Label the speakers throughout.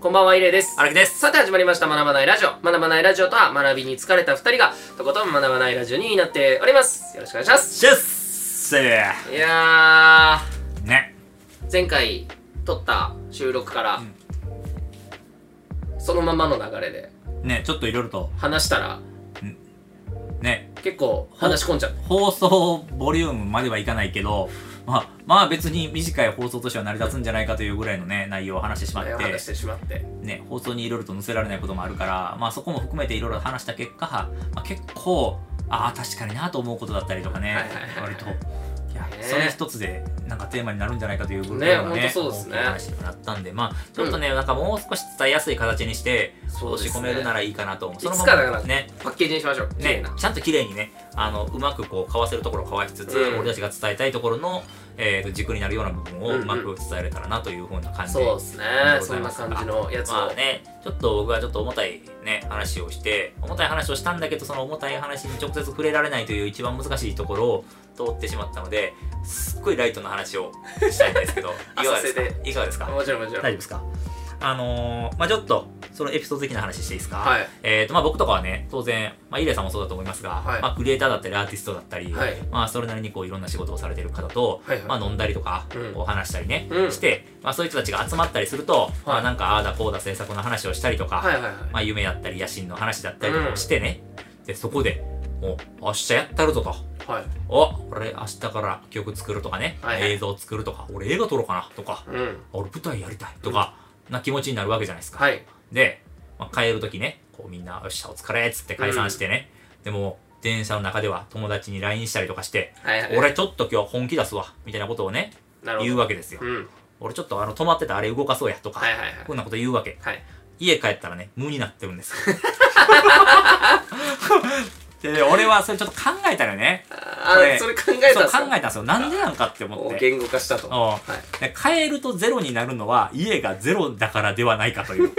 Speaker 1: こんばんは、いれいです。
Speaker 2: 荒木です。
Speaker 1: さて始まりました、学ばないラジオ。学ばないラジオとは、学びに疲れた二人が、とことん学ばないラジオになっております。よろしくお願いします。
Speaker 2: シェッセ
Speaker 1: いや
Speaker 2: ーね。
Speaker 1: ー、前回撮った収録から、そのままの流れで
Speaker 2: ね、ちょっといろいろと、
Speaker 1: 話したら、
Speaker 2: ね、
Speaker 1: 結構話し込んじゃった。
Speaker 2: 放送ボリュームまではいかないけど、まあ、まあ別に短い放送としては成り立つんじゃないかというぐらいのね、内容を話してしまっ、
Speaker 1: ね話しててしまって。
Speaker 2: ね、放送にいろいろと載せられないこともあるから、まあそこも含めていろいろ話した結果、まあ結構、ああ、確かになと思うことだったりとかね
Speaker 1: はいはいはい、はい
Speaker 2: 割と。いや
Speaker 1: ね
Speaker 2: それ一つでなんかテーマになるんじゃないかというぐ
Speaker 1: ね
Speaker 2: らいの
Speaker 1: ほんとそうですね
Speaker 2: 大きな話にもなったんでまあちょっとね、なんかもう少し伝えやすい形にして
Speaker 1: そう
Speaker 2: 押
Speaker 1: です
Speaker 2: し
Speaker 1: ね
Speaker 2: 込めるならいいかなと思う
Speaker 1: い
Speaker 2: の
Speaker 1: つかだから
Speaker 2: ね
Speaker 1: パッケージにしましょう。綺麗
Speaker 2: ね
Speaker 1: な。
Speaker 2: ちゃんと綺麗にねあのうまくこうかわせるところをかわしつつ、
Speaker 1: うん
Speaker 2: 俺たちが伝えたいところの、えー、と軸になるような部分
Speaker 1: うん
Speaker 2: を
Speaker 1: うん
Speaker 2: うまく伝えれたらなというふうな感じで、
Speaker 1: そうですね
Speaker 2: あ。りがと
Speaker 1: そう
Speaker 2: ご
Speaker 1: ん
Speaker 2: ざい
Speaker 1: な感
Speaker 2: ます
Speaker 1: じのやつを。
Speaker 2: まあね、ちょっと僕はちょっと重たいね、話をして、重たい話をしたんだけど、その重たい話に直接触れられないという一番難しいところを通ってしまったので、すっごいライトな話をしたいんですけ ど、いかがですか
Speaker 1: 浅瀬
Speaker 2: いかがですか
Speaker 1: もちろんもちろん。
Speaker 2: 大丈夫ですかあのー、まあちょっと、そのエピソード的な話していいですか
Speaker 1: はい。
Speaker 2: えーとまあ、僕とかはね当然、まあ、イレイさんもそうだと思いますが、
Speaker 1: はい
Speaker 2: まあ、クリエイターだったりアーティストだったり、
Speaker 1: はい
Speaker 2: まあ、それなりにこういろんな仕事をされてる方と、
Speaker 1: はいはい
Speaker 2: まあ、飲んだりとか、
Speaker 1: うん
Speaker 2: こう話したりね、
Speaker 1: うん
Speaker 2: して、まあ、そういう人たちが集まったりすると、まあ、なんかああだこうだ制作の話をしたりとか、
Speaker 1: はいはいはい。
Speaker 2: まあ、夢だったり野心の話だったりとかをしてね、でそこでもう明日やったるぞと。
Speaker 1: はい。
Speaker 2: お俺明日から曲作るとかね、
Speaker 1: はいはい
Speaker 2: 映像作るとか俺映画撮ろうかなとか、
Speaker 1: うん。
Speaker 2: 俺舞台やりたいとか、な気持ちになるわけじゃないですか。
Speaker 1: はい。
Speaker 2: で、まあ、帰る時ね、こうみんな、よっしゃ、お疲れっつって解散してね、でも、電車の中では友達に LINE したりとかして、
Speaker 1: はいはい。
Speaker 2: 俺ちょっと今日本気出すわ、みたいなことをね、
Speaker 1: なるほど
Speaker 2: 言うわけですよ。
Speaker 1: うん。
Speaker 2: 俺ちょっとあの、止まってたあれ動かそうやとか、
Speaker 1: はいはいはい。
Speaker 2: こんなこと言うわけ。
Speaker 1: はい。
Speaker 2: 家帰ったらね、無になってるんです よ。で、俺はそれちょっと考えたらね、
Speaker 1: あ
Speaker 2: こ
Speaker 1: ー、
Speaker 2: れ
Speaker 1: それ考え
Speaker 2: そ
Speaker 1: た
Speaker 2: う
Speaker 1: す
Speaker 2: ん考
Speaker 1: か
Speaker 2: えたんですよ。なんでなんかって思
Speaker 1: お
Speaker 2: って。
Speaker 1: 言語化したと。
Speaker 2: お
Speaker 1: はい、
Speaker 2: で帰るとゼロになるのは家がゼロだからではないかという。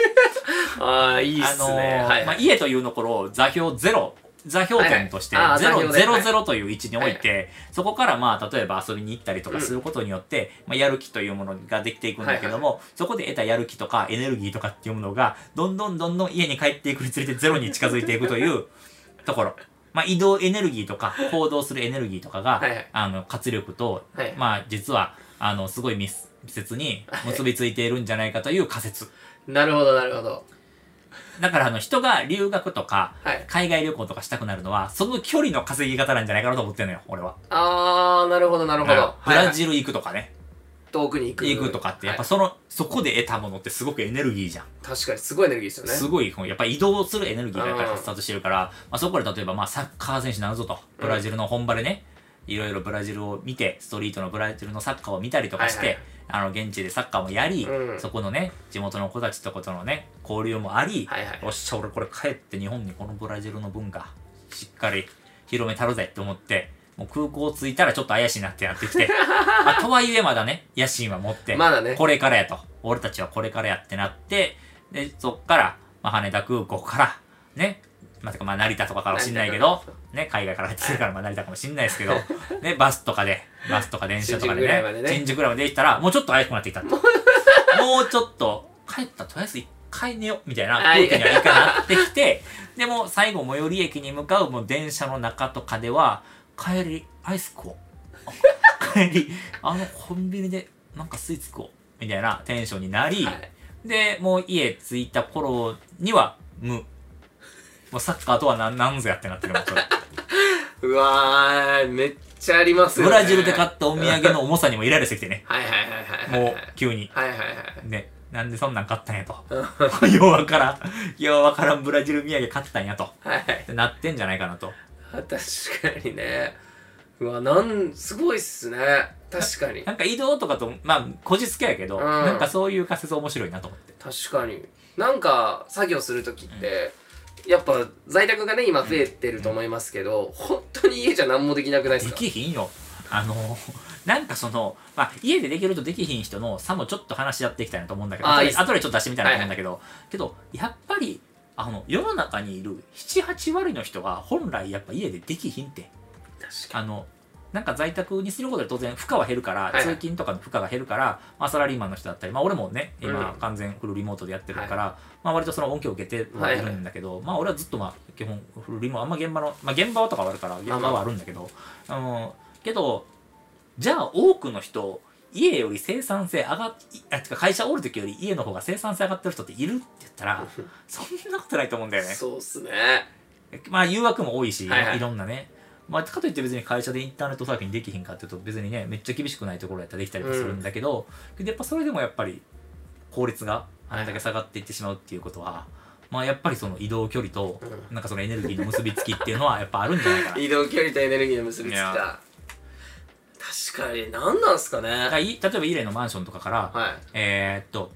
Speaker 1: ああ、いいっ
Speaker 2: あ
Speaker 1: すね。
Speaker 2: のー
Speaker 1: はい、
Speaker 2: まあ、家というのころを座標ゼロ座標点として
Speaker 1: はいはいあー
Speaker 2: ゼロ
Speaker 1: 座標ね
Speaker 2: ゼロゼロという位置に置いてそこからまあ例えば遊びに行ったりとかすることによってまあやる気というものができていくんだけどもそこで得たやる気とかエネルギーとかっていうものがどんどんどんどん家に帰っていくにつれてゼロに近づいていくというところ。まあ、移動エネルギーとか行動するエネルギーとかが、
Speaker 1: はいはい
Speaker 2: あの活力と、
Speaker 1: はい
Speaker 2: まあ実はあのすごい密接に結びついているんじゃないかという仮説。
Speaker 1: なるほど、なるほど。
Speaker 2: だからあの人が留学とか
Speaker 1: はい。
Speaker 2: 海外旅行とかしたくなるのは、その距離の稼ぎ方なんじゃないかなと思ってんのよ、俺は。
Speaker 1: ああ、なるほど、なるほど。
Speaker 2: うんブラ
Speaker 1: ル。
Speaker 2: ジル行くとかね、
Speaker 1: 遠くに行く。
Speaker 2: 行くとかって、やっぱ
Speaker 1: は
Speaker 2: その、そこで得たものってすごくエネルギーじゃん。
Speaker 1: い確かに、すごいエネルギーですよね。
Speaker 2: すごい、こうやっぱ移動するエネルギーがやっぱり発達してるから、まあ、そこで例えば、まあ、サッカー選手になるぞと、ブラジルの本場でね、いろいろブラジルを見て、ストリートのブラジルのサッカーを見たりとかして、
Speaker 1: はいはい
Speaker 2: あの、現地でサッカーもやり、
Speaker 1: うん
Speaker 2: そこのね、地元の子たちとことのね、交流もあり、
Speaker 1: はいはい
Speaker 2: よっしゃ、俺これ帰って日本にこのブラジルの文化、しっかり広めたるぜって思って、もう空港着いたらちょっと怪しいなってなってき て、まあとはいえまだね、野心は持って、
Speaker 1: まだね
Speaker 2: これからやと。俺たちはこれからやってなって、で、そっから、まあ、羽田空港から、ね、まあ、てかまあ、成田とかかもしんないけど
Speaker 1: 成田か、
Speaker 2: ね、海外から入ってくるから、まあ、成田かもしんないです けど、ね、バスとかで、バスとか電車とかで
Speaker 1: 新宿ぐらいまで
Speaker 2: ね、
Speaker 1: ね
Speaker 2: 新宿ぐらいまで行ったら、もうちょっと怪しくなってきたって。もうちょっと、帰ったらとりあえず一回寝ようみたいな
Speaker 1: は
Speaker 2: 空
Speaker 1: い
Speaker 2: 気にはいいかなってきて、でも最後最寄り駅に向かうもう電車の中とかでは、帰りアイス食おう。帰り、あのコンビニでなんかスイーツ食おう。みたいなテンションになり、
Speaker 1: はい。
Speaker 2: で、もう家着いた頃には無。 もうサッカーとは何なんぞやってなってるもんこれ
Speaker 1: うわー、めっちゃありますよ、
Speaker 2: ブ
Speaker 1: ね。
Speaker 2: ラジルで買
Speaker 1: は
Speaker 2: ったお土産の重さにもイライラしてきてね。
Speaker 1: いはいはいはいはい。
Speaker 2: もう急に。
Speaker 1: はいはいはい。
Speaker 2: ね、なんでそんなん買ったんやと。
Speaker 1: うん
Speaker 2: ようわからん、ようわからんブラジル土産買ったんやと。っ
Speaker 1: はい。
Speaker 2: てなってんじゃないかなと。
Speaker 1: 確かにね。うわ、なん、すごいっすね。確かに。
Speaker 2: なんか移動とかと、まあ、こじつけやけど、
Speaker 1: うん
Speaker 2: なんかそういう仮説面白いなと思って。
Speaker 1: 確かになんか作業する時って、やっぱ在宅がね今増えてると思いますけど、本当に家じゃ何もできなくないで
Speaker 2: です
Speaker 1: か
Speaker 2: きひんよ。あの、なんかその、まあ、家でできるとできひん人の差もちょっと話し合っていきたいなと思うんだけど、
Speaker 1: あー
Speaker 2: 後
Speaker 1: いい
Speaker 2: で
Speaker 1: っす
Speaker 2: 後でちょっと出してみたいなと思うんだけど、けど、やっぱり、あの、世の中にいる7、8割の人が本来やっぱ家でできひんって、
Speaker 1: 確か
Speaker 2: あの、なんか在宅にすることで当然負荷は減るから、
Speaker 1: いはい
Speaker 2: 通勤とかの負荷が減るから、まあ、サラリーマンの人だったり、まあ、俺もね今
Speaker 1: うん
Speaker 2: 完全フルリモートでやってるから、まあ、割とその恩恵を受けてはいるんだけど、まあ、俺はずっとまあ基本フルリモートあんま現場の、まあ、現場はとかはあるから現場はあるんだけど、あのけどじゃあ多くの人家より生産性上がっいあてか会社おる時より家の方が生産性上がってる人っているって言ったらそんなことないと思うんだよね。
Speaker 1: そうっすね
Speaker 2: まあ誘惑も多いし、
Speaker 1: はい
Speaker 2: い
Speaker 1: はい
Speaker 2: ろんなね、まあ、かといって別に会社でインターネットサーフィンできひんかっていうと別にねめっちゃ厳しくないところやったらできたりもするんだけど、でやっぱそれでもやっぱり効率があれだけ下がっていってしまうっていうことは、まあ、やっぱりその移動距離と
Speaker 1: う
Speaker 2: なんかそのエネルギーの結びつきっていうのはやっぱあるんじゃ ないかな。
Speaker 1: 移動距離とエネルギーの結びつき
Speaker 2: い
Speaker 1: だ
Speaker 2: や
Speaker 1: 確かに何なんすかね
Speaker 2: だからい例えばイレのマンションとかから、
Speaker 1: はい
Speaker 2: えーっと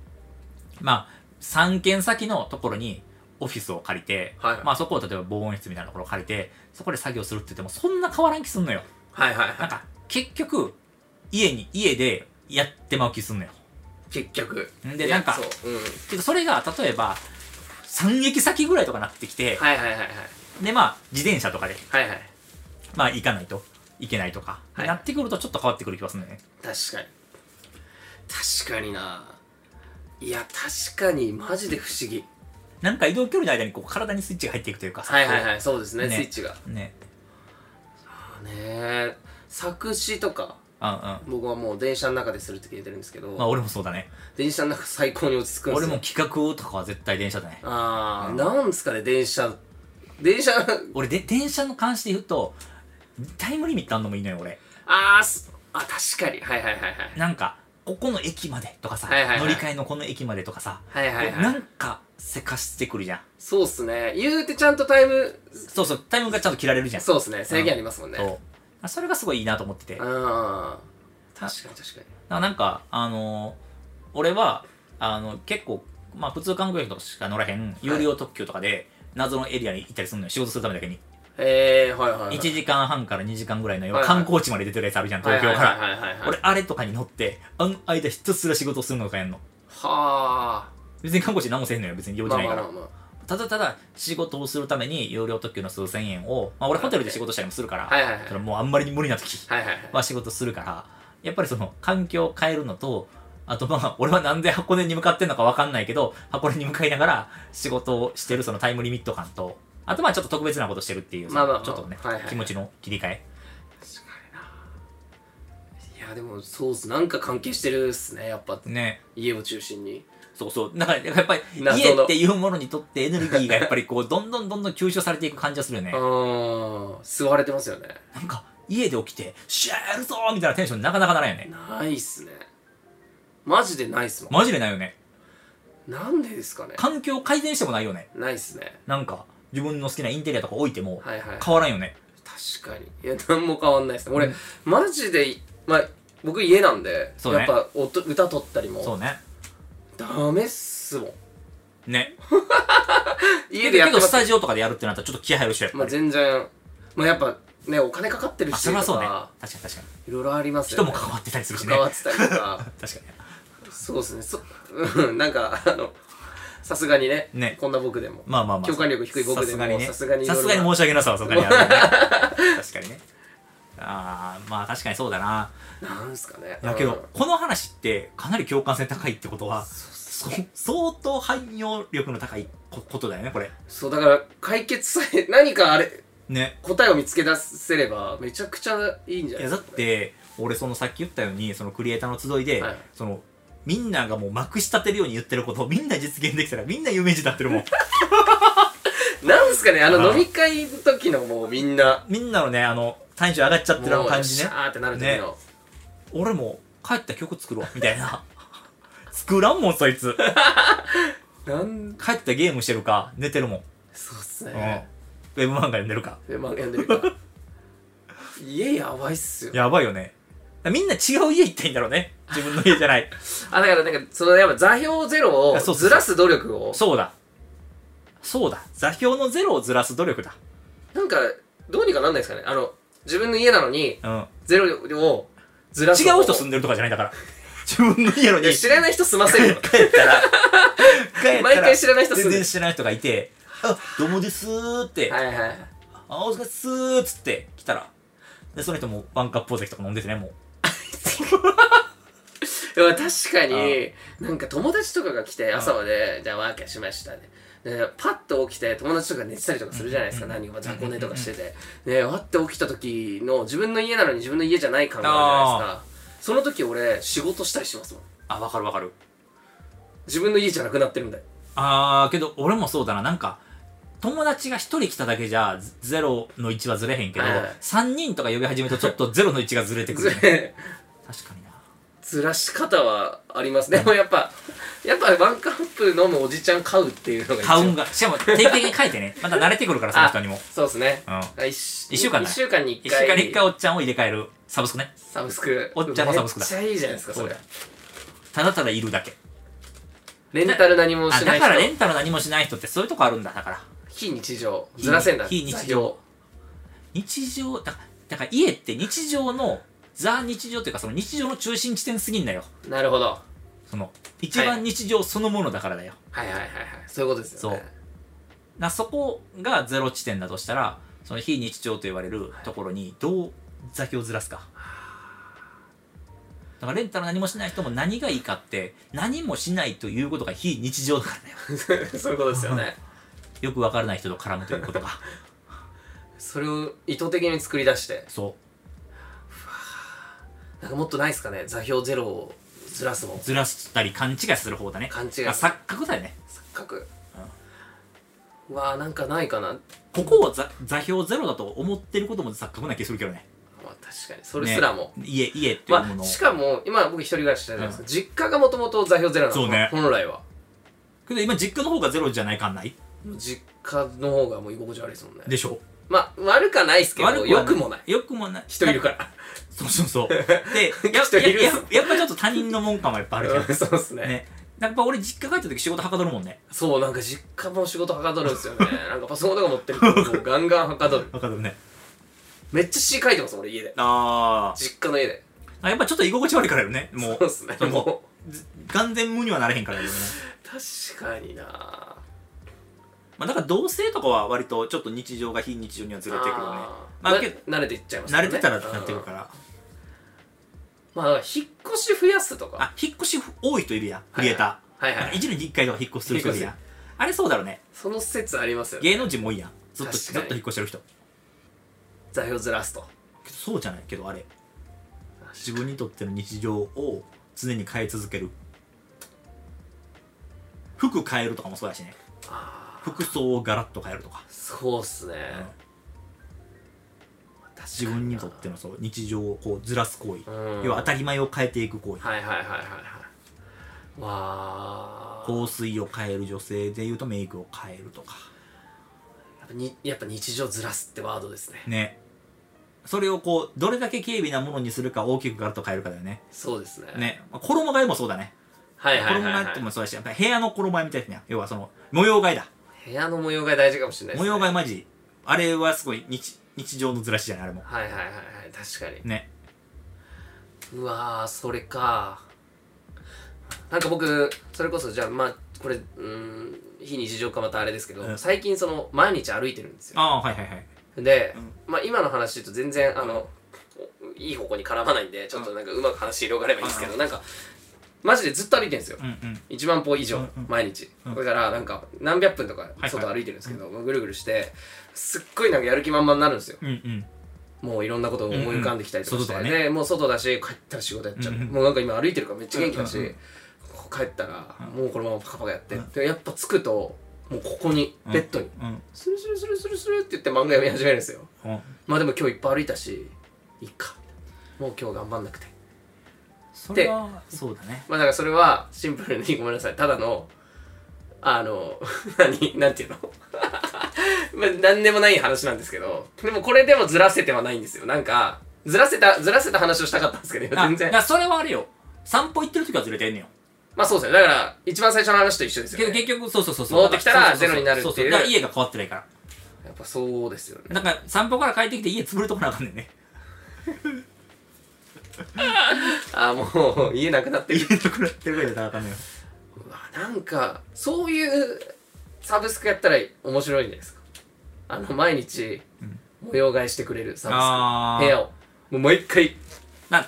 Speaker 2: まあ3軒先のところにオフィスを借りて、
Speaker 1: はい
Speaker 2: まあ、そこを例えば防音室みたいなところを借りてそこで作業するって言ってもそんな変わらん気すんのよ。
Speaker 1: はいはい
Speaker 2: な
Speaker 1: は
Speaker 2: ん
Speaker 1: い
Speaker 2: か、結局、家に、家でやってまう気すんのよ。
Speaker 1: 結局
Speaker 2: んで
Speaker 1: いや
Speaker 2: なんか
Speaker 1: そう、うん、
Speaker 2: けど、それが、例えば、三駅先ぐらいとかなってきて、
Speaker 1: はいはいはいはい
Speaker 2: で、まあ、自転車とかで、
Speaker 1: はいはい
Speaker 2: まあ、行かないといけないとか、
Speaker 1: はい
Speaker 2: なってくるとちょっと変わってくる気がするんだよね。
Speaker 1: 確かに確かにないや確かにマジで不思議
Speaker 2: なんか移動距離の間にこう体にスイッチが入っていくというかさ、
Speaker 1: はいはいはいそうですね
Speaker 2: ね
Speaker 1: スイッチがね
Speaker 2: い。ね。
Speaker 1: え作詞とか
Speaker 2: うんうん。ま
Speaker 1: 僕はもう電車の中でするって聞いてるんですけど、
Speaker 2: あ、俺もそうだね。
Speaker 1: 電車の中最高に落ち着くんです
Speaker 2: 俺
Speaker 1: よ
Speaker 2: も企画とかは絶対電車だね。
Speaker 1: ああ、なんすかね電車電車
Speaker 2: 俺で、電車の関して言うと、タイムリミットあんのもいいのよ、俺。
Speaker 1: あーすあ確かにはいはいはいはい
Speaker 2: なんか、ここの駅までとかさ、
Speaker 1: はいはいはい
Speaker 2: 乗り換えのこの駅までとかさ、
Speaker 1: はいはい
Speaker 2: な
Speaker 1: はい
Speaker 2: んかせかしてくるじゃん
Speaker 1: そうっすね言うてちゃんとタイム
Speaker 2: そうそうタイムがちゃんと切られるじゃん
Speaker 1: そうっすね制限ありますもんね
Speaker 2: そうあそれがすごいいいなと思ってて
Speaker 1: う
Speaker 2: だか
Speaker 1: ん確かに確から
Speaker 2: なんかあのー俺はあの結構まあ普通観光客とかしか乗らへん有料特急とかで謎のエリアに行ったりするのよ仕事するためだけに
Speaker 1: にええー、はいはい、はい、
Speaker 2: 1時間半から2時間ぐらいの要は
Speaker 1: はいはい
Speaker 2: 観光地まで出てるやつあるじゃん東
Speaker 1: は
Speaker 2: 京か
Speaker 1: い
Speaker 2: ら
Speaker 1: はいはいはいはい、
Speaker 2: 俺あれとかに乗ってあの間ひたすら仕事するのとかやんの
Speaker 1: はあ
Speaker 2: 別に観光地何もせんのよ別に用事
Speaker 1: まあ
Speaker 2: ない
Speaker 1: ま
Speaker 2: か
Speaker 1: あ
Speaker 2: ら
Speaker 1: まあま
Speaker 2: ただただ仕事をするために有料特急の数千円を、まあ、俺ホテルで仕事したりもするから、
Speaker 1: あはいはいはい
Speaker 2: それもうあんまりに無理な時
Speaker 1: はいはいはい
Speaker 2: は仕事するからやっぱりその環境を変えるのとあとまあ俺はなんで箱根に向かってんのかわかんないけど箱根に向かいながら仕事をしてるそのタイムリミット感とあとまあちょっと特別なことしてるっていうそ
Speaker 1: ま
Speaker 2: の
Speaker 1: あまあまあ
Speaker 2: ちょっとね、
Speaker 1: はいはいはい
Speaker 2: 気持ちの切り替え
Speaker 1: 確かにないやでもそうっすなんか関係してるっすねやっぱ
Speaker 2: ね
Speaker 1: 家を中心に
Speaker 2: そうそうだからやっぱり
Speaker 1: 謎の
Speaker 2: 家っていうものにとってエネルギーがやっぱりこうどんどんどんどん吸収されていく感じがするよね
Speaker 1: うーん吸われてますよね
Speaker 2: なんか家で起きて「シャーやるぞ!」みたいなテンションなかなかならんよね
Speaker 1: ないっすねマジでないっすもん
Speaker 2: マジでないよね
Speaker 1: なんでですかね
Speaker 2: 環境改善してもないよね
Speaker 1: ないっすね
Speaker 2: なんか自分の好きなインテリアとか置いても
Speaker 1: はいはい
Speaker 2: 変わらんよね、
Speaker 1: 確かにいや何も変わんないっすね俺、マジでまあ僕家なんで、
Speaker 2: そう
Speaker 1: や
Speaker 2: ね
Speaker 1: っぱ音歌取ったり
Speaker 2: そ
Speaker 1: も
Speaker 2: うね
Speaker 1: ダメっすもん
Speaker 2: ね
Speaker 1: 家でやっ
Speaker 2: け
Speaker 1: てま
Speaker 2: どス
Speaker 1: す
Speaker 2: タジオとかでやるってなったらちょっと気合入るしやっぱ
Speaker 1: まあ
Speaker 2: り、
Speaker 1: 全然まあやっぱねお金かかってる
Speaker 2: あ、
Speaker 1: し
Speaker 2: それは
Speaker 1: と
Speaker 2: そうね
Speaker 1: か
Speaker 2: 確かに確かに
Speaker 1: いろいろありますよね
Speaker 2: 人も関わってたりするしね
Speaker 1: 関わってたりとか
Speaker 2: 確かに
Speaker 1: そうですねそうんなんかあのさすがにね
Speaker 2: ね
Speaker 1: こんな僕でも
Speaker 2: まあまあまあ
Speaker 1: 共感力低い僕でも
Speaker 2: さすがにね
Speaker 1: さす
Speaker 2: さす
Speaker 1: がにいろ
Speaker 2: がに
Speaker 1: いろな
Speaker 2: 申し訳なさはそこにあるよ ね確かにねああまあ確かにそうだな
Speaker 1: なんすかね
Speaker 2: だけどこの話ってかなり共感性高いってことはそ相当汎用力の高いこことだよねこれ
Speaker 1: そうだから解決さえ 何かあれ
Speaker 2: ね
Speaker 1: 答えを見つけ出せればめちゃくちゃいいんじゃ
Speaker 2: い
Speaker 1: ないで
Speaker 2: やだ
Speaker 1: す
Speaker 2: っ
Speaker 1: か、
Speaker 2: て俺そのさっき言ったようにそのクリエイターの集いで、
Speaker 1: はい
Speaker 2: そのみんながもうまくし立てるように言ってることをみんな実現できたらみんな有名人になってるもん
Speaker 1: なんすかねあの
Speaker 2: あ
Speaker 1: 飲み会の時のもうみんな
Speaker 2: みんなのねあの単純上がっちゃってるあ
Speaker 1: も
Speaker 2: の
Speaker 1: う
Speaker 2: 感じ
Speaker 1: シ
Speaker 2: ね
Speaker 1: ャーってなる時
Speaker 2: ね
Speaker 1: の、
Speaker 2: 俺も帰ったら曲作ろうみたいな 作らんもんそいつ
Speaker 1: なん
Speaker 2: 帰ったらゲームしてるか寝てるもん、
Speaker 1: そうっす
Speaker 2: うん
Speaker 1: ね、
Speaker 2: ウェブ漫画読んでるか
Speaker 1: で漫画読んでるから 家やばいっすよ
Speaker 2: やばいよねだからみんな違う家行ったらいいんだろうね自分の家じゃない
Speaker 1: あだからなんかそのやっぱ座標ゼロを
Speaker 2: あそうそうそう
Speaker 1: ずらす努力を
Speaker 2: そうだそうだ座標のゼロをずらす努力だ
Speaker 1: なんかどうにかなんないですかねあの自分の家なのに
Speaker 2: うん
Speaker 1: ゼロをずらす
Speaker 2: 違う人住ん
Speaker 1: ん
Speaker 2: でるとかじゃない んだから。自分の家の
Speaker 1: いや
Speaker 2: に
Speaker 1: 知らない人住ませる よ
Speaker 2: 帰ったら、帰ったら
Speaker 1: 毎回知らない人住ん
Speaker 2: 全
Speaker 1: でる
Speaker 2: 然知らない人がいて、あ、どうもですーって、
Speaker 1: はいはい
Speaker 2: あ、お疲れっすーっつって来たら、で、その人もワンカップ大関とか飲んでてね、もう。
Speaker 1: いや確かに、なんか友達とかが来て、朝まで、じゃあワーキャーしましたね。で、パッと起きて、友達とか寝てたりとかするじゃないですか、
Speaker 2: うん
Speaker 1: 何か雑魚寝とかしてて。ね、わって起きた時の、自分の家なのに自分の家じゃない感があるじゃないですか。その時俺、仕事したりしますもん。
Speaker 2: あ、わかるわかる。
Speaker 1: 自分の家じゃなくなってるんだよ。
Speaker 2: あー、けど俺もそうだな、なんか、友達が1人来ただけじゃ、ゼロの1はずれへんけど、
Speaker 1: はい
Speaker 2: 3人とか呼び始めるとちょっ とゼロの1がずれてく
Speaker 1: ず
Speaker 2: る、ね。
Speaker 1: れ、
Speaker 2: 確かにな。
Speaker 1: ずらし方はあります。でもやっぱ、やっぱワンカップ飲むおじちゃん買うっていうのが一番
Speaker 2: タウンが、しかも定期的に書いてね、また慣れてくるから、その人にも。
Speaker 1: そうですね。
Speaker 2: うん。
Speaker 1: あ一
Speaker 2: 一週間だ
Speaker 1: 一週間に
Speaker 2: 一
Speaker 1: 一回。
Speaker 2: 週間に一回おっちゃんを入れ替えるサブスクね。
Speaker 1: サブスク。
Speaker 2: おっちゃんのサブスクだ
Speaker 1: めっちゃいいじゃないですか、それ
Speaker 2: そ。ただただいるだけ。
Speaker 1: レンタル何も
Speaker 2: あ、
Speaker 1: しな
Speaker 2: だ
Speaker 1: い
Speaker 2: からレ
Speaker 1: 人。
Speaker 2: ンタル何もしない人ってそういうとこあるんだ、だから。
Speaker 1: 非日常。ずらせんだ。
Speaker 2: 非日常。日常、だだから家って日常の、ザ日常というかその日常の中心地点すぎんだよ。
Speaker 1: なるほど。
Speaker 2: その、一番日常そのものだからだよ。
Speaker 1: はいはいはいはい。そういうことですよね。
Speaker 2: なそこがゼロ地点だとしたら、その非日常と言われるところにどう座標をずらすか。だからレンタル何もしない人も何がいいかって、何もしないということが非日常だからだよ。
Speaker 1: そういうことですよね。
Speaker 2: よくわからない人と絡むという ことが。
Speaker 1: それを意図的に作り出して。
Speaker 2: そ
Speaker 1: なんかもっとないですかね。座標ゼロをずらすもん
Speaker 2: う。。ずらしたり勘違いする方だね。
Speaker 1: 勘違いする
Speaker 2: あ錯覚だよね。
Speaker 1: 錯覚。うわあなんかないかな。ま
Speaker 2: ここを座座標ゼロだと思ってることも錯覚な気するけどね。
Speaker 1: あ確かに。それすらも。
Speaker 2: ね家、家っていう
Speaker 1: ま
Speaker 2: もの
Speaker 1: あ、
Speaker 2: を。
Speaker 1: しかも、今僕一人暮らししてるじゃないですか。実家がもともと座標ゼロなの。
Speaker 2: そうね
Speaker 1: 本来は。
Speaker 2: けど今実家の方がゼロじゃないかんない
Speaker 1: 実家の方がもう居心地悪いですもんね。
Speaker 2: でしょ
Speaker 1: まあ、悪かないっすけ
Speaker 2: く
Speaker 1: ど、
Speaker 2: は
Speaker 1: 良くもない。。
Speaker 2: 良くもない。
Speaker 1: 人いるから。
Speaker 2: そうそう そう。で、や
Speaker 1: 人いる
Speaker 2: やややっぱちょっと他人のもん感もやっぱあ るけ
Speaker 1: そうっすね
Speaker 2: ど。ね。やっぱ俺実家帰った時仕事はかどるもんね。
Speaker 1: そう、なんか実家も仕事はかどるんですよ ね。なんかパソコンとか持ってると、もうガンガンはかどる。
Speaker 2: はかどるね。
Speaker 1: めっちゃ詩書いてます、俺家で。
Speaker 2: あ
Speaker 1: 実家の家で。
Speaker 2: あ。やっぱちょっと居心地悪いからよね。もう
Speaker 1: そうっすね。
Speaker 2: そう
Speaker 1: も
Speaker 2: 完全無にはなれへんからよね。
Speaker 1: う、確かにな
Speaker 2: まあだから同性とかは割とちょっと日常が非日常にはずれてくるね。
Speaker 1: あー
Speaker 2: まあけど、
Speaker 1: な慣れていっちゃいます
Speaker 2: 慣れてたらなってくる
Speaker 1: ら。
Speaker 2: から。
Speaker 1: うんまあ、引っ越し増やすとか。
Speaker 2: あ、引っ越し多い人いるやん。クリエイタ
Speaker 1: はい
Speaker 2: ー。
Speaker 1: は
Speaker 2: 一
Speaker 1: い。
Speaker 2: 年に一回とか引っ越しする人いるやん。あれそうだろうね。
Speaker 1: その説ありますよね。
Speaker 2: 芸能人も多いやん。ずっと、
Speaker 1: 確
Speaker 2: ず
Speaker 1: か
Speaker 2: っ
Speaker 1: に
Speaker 2: と引っ越してる人。
Speaker 1: 座標ずらすと。
Speaker 2: けどそうじゃないけどあれ自分にとっての日常を常に変え続ける服変えるとかもそうだしね
Speaker 1: ああ、
Speaker 2: 服装をガラッと変えるとか
Speaker 1: そうっすね。確
Speaker 2: 自
Speaker 1: か
Speaker 2: 分に
Speaker 1: な
Speaker 2: とってのそう日常をこうずらす行為、
Speaker 1: うん
Speaker 2: 要は当たり前を変えていく行為、
Speaker 1: はいはいはいはいはいわあ
Speaker 2: 香水を変える女性でいうとメイクを変えるとか
Speaker 1: やっぱにやっぱ日常ずらすってワードですね
Speaker 2: ねそれをこうどれだけ軽微なものにするか大きくガラッと変えるかだよね
Speaker 1: そうですね
Speaker 2: ね、まあ衣替えもそうだね、
Speaker 1: はいはいはい、
Speaker 2: 衣替えって
Speaker 1: は
Speaker 2: もそうだしやっぱり部屋の衣替えみたいな要はその模様替えだ
Speaker 1: い、部屋の模様替え大事かもしれないで
Speaker 2: 模
Speaker 1: す、ね、
Speaker 2: 様替え
Speaker 1: え
Speaker 2: マジあれはすごい日日常のずらしじゃないあれも
Speaker 1: はいはいはいはい確かに
Speaker 2: ね
Speaker 1: うわーそれかなんか僕それこそじゃあまあこれうーん非日常かまたあれですけど、
Speaker 2: うん
Speaker 1: 最近その毎日歩いてるんですよ
Speaker 2: ああはいはいはい
Speaker 1: で、
Speaker 2: うん
Speaker 1: まあ今の話と全然あの、いい方向に絡まないんでちょっとなんかうまく話広がればいいんですけど、なんかマジでずっと歩いてるんですよ
Speaker 2: うんうん
Speaker 1: 1万歩以上、
Speaker 2: うんうん
Speaker 1: 毎日、
Speaker 2: うん
Speaker 1: だからなんか何百分とか
Speaker 2: はい
Speaker 1: 外歩いてるんですけど、ぐるぐるしてすっごいなんかやる気満々になるんですよ
Speaker 2: うんうん
Speaker 1: もういろんなことを思い浮かんできたりとかして、
Speaker 2: うんうん外とか
Speaker 1: でもう外だし帰ったら仕事やっちゃう、
Speaker 2: うんうん
Speaker 1: もうなんか今歩いてるからめっちゃ元気だし、
Speaker 2: うんうんうん
Speaker 1: こう帰ったら
Speaker 2: うん
Speaker 1: もうこのままパカパカやって、
Speaker 2: うん
Speaker 1: でやっぱ着くともうここにベッドに、
Speaker 2: うん
Speaker 1: スルスルスルスルスルって言って漫画読み始めるんですよ
Speaker 2: うん
Speaker 1: まあでも今日いっぱい歩いたしいっかもう今日頑張んなくて
Speaker 2: それはそうだね
Speaker 1: まあだからそれはシンプルにごめんなさいただのあの 何なんていうの まあ何でもない話なんですけどでもこれでもずらせてはないんですよなんかずらせたずらせた話をしたかったんですけど今
Speaker 2: あ
Speaker 1: 全
Speaker 2: だ
Speaker 1: 然
Speaker 2: からそれはあれよ散歩行ってる時はずれてんねよ
Speaker 1: まあそうですよねだから一番最初の話と一緒です
Speaker 2: け
Speaker 1: よ
Speaker 2: ど
Speaker 1: ね
Speaker 2: 結局そうそうそうそう
Speaker 1: 戻ってきたら
Speaker 2: そうそうそう
Speaker 1: ゼロになるっていう
Speaker 2: そそだから家が変わってないから
Speaker 1: やっぱそうですよね
Speaker 2: だから散歩から帰ってきて家潰れとかなあかんねんね
Speaker 1: あもう家なくなってる
Speaker 2: 家とくらってるぐらいでなあかんねんよ
Speaker 1: うわなんかそういうサブスクやったら面白いんじゃないですかあの毎日模様替えしてくれるサブスク
Speaker 2: あー
Speaker 1: 部屋をもう毎回
Speaker 2: な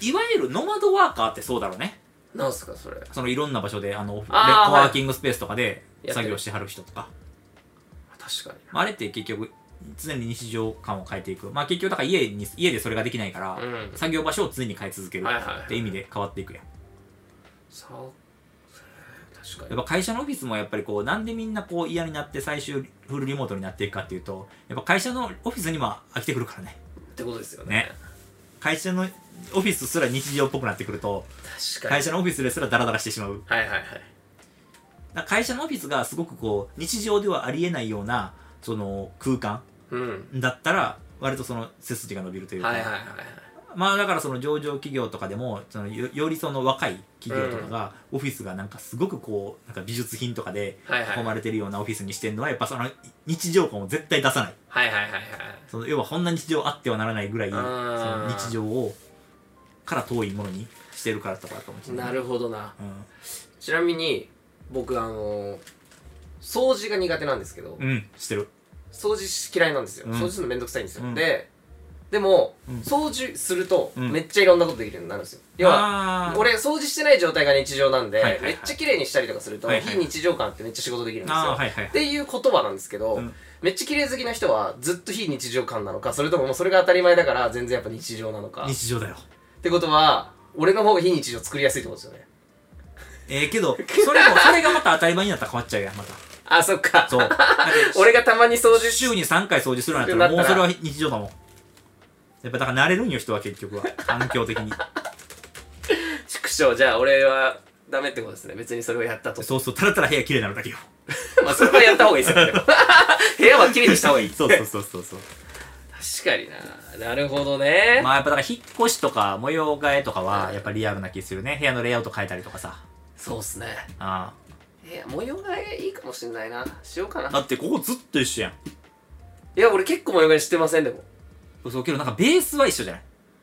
Speaker 2: いわゆるノマドワーカーってそうだろうね
Speaker 1: なんすかそれ
Speaker 2: そのいろんな場所であのレコ
Speaker 1: あー
Speaker 2: ワーキングスペースとかで
Speaker 1: いやってる
Speaker 2: 作業してはる人とか
Speaker 1: 確かに
Speaker 2: まあ、あれって結局常に日常感を変えていくまあ結局だから家に家でそれができないから、
Speaker 1: うん
Speaker 2: 作業場所を常に変え続ける
Speaker 1: はいはいはい
Speaker 2: って意味で変わっていくやん
Speaker 1: そう確か
Speaker 2: や
Speaker 1: に
Speaker 2: っぱ会社のオフィスもやっぱりこうなんでみんなこう嫌になって最終フルリモートになっていくかっていうとやっぱ会社のオフィスにも飽きてくるからね
Speaker 1: ってことですよね
Speaker 2: ね会社のオフィスすら日常っぽくなってくると
Speaker 1: 確か
Speaker 2: 会
Speaker 1: に
Speaker 2: 社のオフィスですらダラダラしてしまう
Speaker 1: はいはいはい
Speaker 2: だから会社のオフィスがすごくこう日常ではありえないようなその空間
Speaker 1: うん
Speaker 2: だったら割とその背筋が伸びるというか、
Speaker 1: はいはいはいはい
Speaker 2: まあだからその上場企業とかでもそのよよりその若い企業とかがオフィスがなんかすごくこうなんか美術品とかで
Speaker 1: はいはい
Speaker 2: 囲まれてるようなオフィスにしてるのはやっぱその日常感を絶対出さない
Speaker 1: はいはいはいはい
Speaker 2: その要はこんな日常あってはならないぐらいその
Speaker 1: ー
Speaker 2: 日常をから遠いものにしてるからとかだかもしれない。
Speaker 1: なるほどな
Speaker 2: う
Speaker 1: ちなみに僕あの掃除が苦手なんですけど、
Speaker 2: ん、うん、してる。
Speaker 1: 掃除し嫌いなんですよ、
Speaker 2: うん
Speaker 1: 掃除するのめんどくさいんですよ、
Speaker 2: うん
Speaker 1: ででも、
Speaker 2: うん
Speaker 1: 掃除すると、
Speaker 2: うん
Speaker 1: めっちゃいろんなことできるようになるんですよ要は
Speaker 2: あー
Speaker 1: 俺掃除してない状態が日常なんで、
Speaker 2: はいはいは
Speaker 1: め
Speaker 2: い
Speaker 1: っちゃ綺麗にしたりとかすると、
Speaker 2: はいはいはい
Speaker 1: 非日常感あってめっちゃ仕事できるんですよ、
Speaker 2: あー、はいはい
Speaker 1: っ。ていう言葉なんですけど、
Speaker 2: うん
Speaker 1: めっちゃ綺麗好きな人はずっと非日常感なのかそれとももうそれが当たり前だから全然やっぱ日常なのかっ
Speaker 2: 日常だよ。
Speaker 1: てことは俺の方が非日常作りやすいってことですよね
Speaker 2: ええけど、それも、それがまた当たり前になったら変わっちゃうやん、また。
Speaker 1: あそっか
Speaker 2: そう。だって
Speaker 1: 俺がたまに掃除し
Speaker 2: 週に3回掃除するようになったら、もうそれは日常だもん。やっぱだから慣れるんよ、人は結局は。環境的に。
Speaker 1: 縮小じゃあ俺はダメってことですね別にそれをやったと
Speaker 2: そうそう、たらたら部屋綺麗になるだけよ。
Speaker 1: まあそれはやった方がいいですよ ね部屋は綺麗にした方がいい
Speaker 2: そうそうそうそう そう。
Speaker 1: 確かにななるほどね、
Speaker 2: まあやっぱだから引っ越しとか模様替えとか
Speaker 1: う
Speaker 2: は
Speaker 1: ん
Speaker 2: やっぱリアルな気するね。部屋のレイアウト変えたりとかさ。
Speaker 1: そうっすね
Speaker 2: あ
Speaker 1: いや模様替えいいかもしんないなしようか
Speaker 2: あだ
Speaker 1: な
Speaker 2: ってここずっと一緒やん。
Speaker 1: いや俺結構模様替えしてませんでも
Speaker 2: そうけどなんかベースは一緒じゃない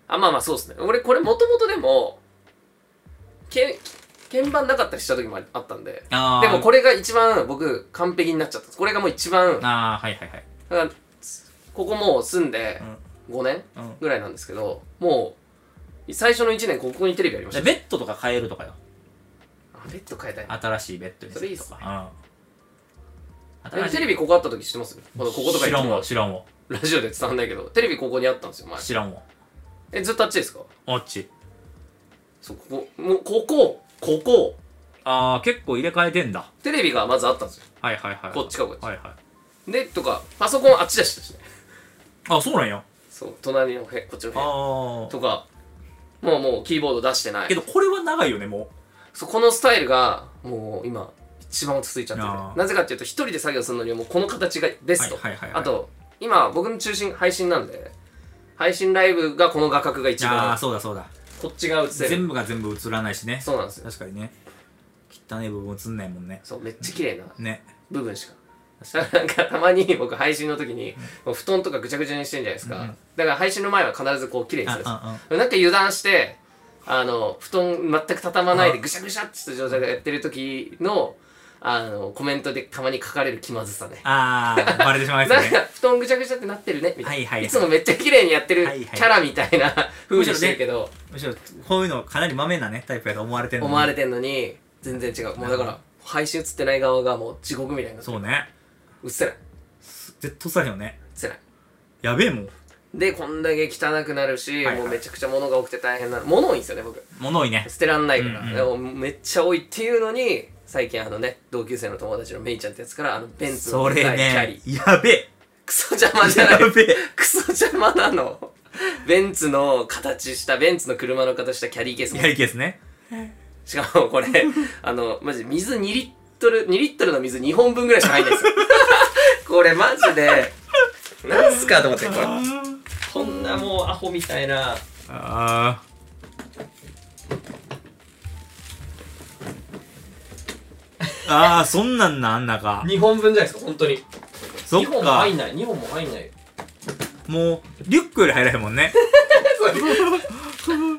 Speaker 1: あまあまあそうっすね俺これもともとでもけ鍵盤なかったりした時もああったんで
Speaker 2: あ
Speaker 1: でもこ
Speaker 2: れ。
Speaker 1: れが一番僕完璧になっちゃったんですこれがもう一番だか
Speaker 2: ああ、はいはいはい。
Speaker 1: らここもう住んで5年
Speaker 2: うん。うん
Speaker 1: ぐらいなんですけどもう最初の1年ここにテレビありまし
Speaker 2: で
Speaker 1: た
Speaker 2: ベッドとか変えるとかよ。
Speaker 1: あベッド変えたい
Speaker 2: 新しいベッドにす
Speaker 1: それいい
Speaker 2: る
Speaker 1: っ
Speaker 2: と
Speaker 1: すね
Speaker 2: か。うん。
Speaker 1: え
Speaker 2: 新しい
Speaker 1: テレビここあった時知ってますこのこことか
Speaker 2: 知らん
Speaker 1: 言っ
Speaker 2: わ、
Speaker 1: て
Speaker 2: 知らんわ。
Speaker 1: ラジオで伝わんないけどテレビここにあったんですよ前
Speaker 2: 知らんわ。
Speaker 1: えずっとあっちですか
Speaker 2: あっち。
Speaker 1: そうここもうここここ
Speaker 2: ああ、結構入れ替えてんだ。
Speaker 1: テレビがまずあったんですよ
Speaker 2: はいはいはい。
Speaker 1: こっちかこっち
Speaker 2: はいはい。
Speaker 1: でとかパソコンあっちでしたしね
Speaker 2: あ、そうなんや。
Speaker 1: そう隣の部屋こっちの部屋
Speaker 2: ああ。
Speaker 1: とかもうもうキーボード出してない
Speaker 2: けどこれは長いよね、も
Speaker 1: そうこのスタイルがもう今一番落ち着いちゃって
Speaker 2: あ
Speaker 1: る
Speaker 2: ー
Speaker 1: なぜかっていうと一人で作業するのにはもうこの形がベスト、
Speaker 2: はいはいはいはい
Speaker 1: あと今僕の中心配信なんで配信ライブがこの画角が
Speaker 2: う。
Speaker 1: 一
Speaker 2: ああ、
Speaker 1: 番
Speaker 2: そうだそうだ。
Speaker 1: こっちが映せる
Speaker 2: 全部が全部映らないしね。
Speaker 1: そうなんですよ
Speaker 2: 確かにね。汚い部分映んないもんね。
Speaker 1: そうめっちゃ綺麗な
Speaker 2: ね。
Speaker 1: 部分しかなんかたまに僕配信の時にもう布団とかぐちゃぐちゃにしてるじゃないですか、
Speaker 2: うん
Speaker 1: だから配信の前は必ずこう綺麗にするんですよ
Speaker 2: あ
Speaker 1: なんか油断してあの布団全く畳まないでぐしゃぐしゃっとした状態でやってる時のあのコメントでたまに書かれる気まずさね
Speaker 2: あー、バレてしまい ま
Speaker 1: な
Speaker 2: す
Speaker 1: んか
Speaker 2: ね。
Speaker 1: 布団ぐちゃぐちゃってなってるねみたいな、
Speaker 2: はいはいはい
Speaker 1: つもめっちゃ綺麗にやってる
Speaker 2: はいはい
Speaker 1: キャラみたいな風にしてるけど、
Speaker 2: むしろ、こういうのかなりまめなね、タイプやと思われてるのに
Speaker 1: 思われてんのに全然違うもうだから配信映ってない側がもう地獄みたいになって
Speaker 2: そ
Speaker 1: る
Speaker 2: うね。
Speaker 1: 映せない
Speaker 2: 絶対さへんよね。
Speaker 1: 映せない
Speaker 2: やべえもん。
Speaker 1: でこんだけ汚くなるし、
Speaker 2: いはい
Speaker 1: もうめちゃくちゃ物が多くて大変なの物多いんですよね僕
Speaker 2: 物多いね。
Speaker 1: 捨てらんないから、
Speaker 2: うんうん
Speaker 1: でもめっちゃ多いっていうのに最近あのね同級生の友達のメイちゃんってやつからあのベンツの
Speaker 2: そ
Speaker 1: で
Speaker 2: れ
Speaker 1: かいキャ
Speaker 2: ね
Speaker 1: リ、
Speaker 2: やべえ。
Speaker 1: クソ邪魔じゃな
Speaker 2: や
Speaker 1: い
Speaker 2: べえ。
Speaker 1: クソ邪魔なのベンツの形したベンツの車の形したキャリーケースも
Speaker 2: やりきですね。
Speaker 1: しかも これあのマジ水2リットル2リットルの水2本分ぐらいしか入んないです よこれマジでなんすかと思ってこれこんなもうアホみたいな
Speaker 2: あーあーそんなんなあんなか
Speaker 1: 2本分じゃないですか本当に
Speaker 2: そっ
Speaker 1: 2本も
Speaker 2: か
Speaker 1: 入んない2本も入んないよ
Speaker 2: もうリュックより入らへんも んね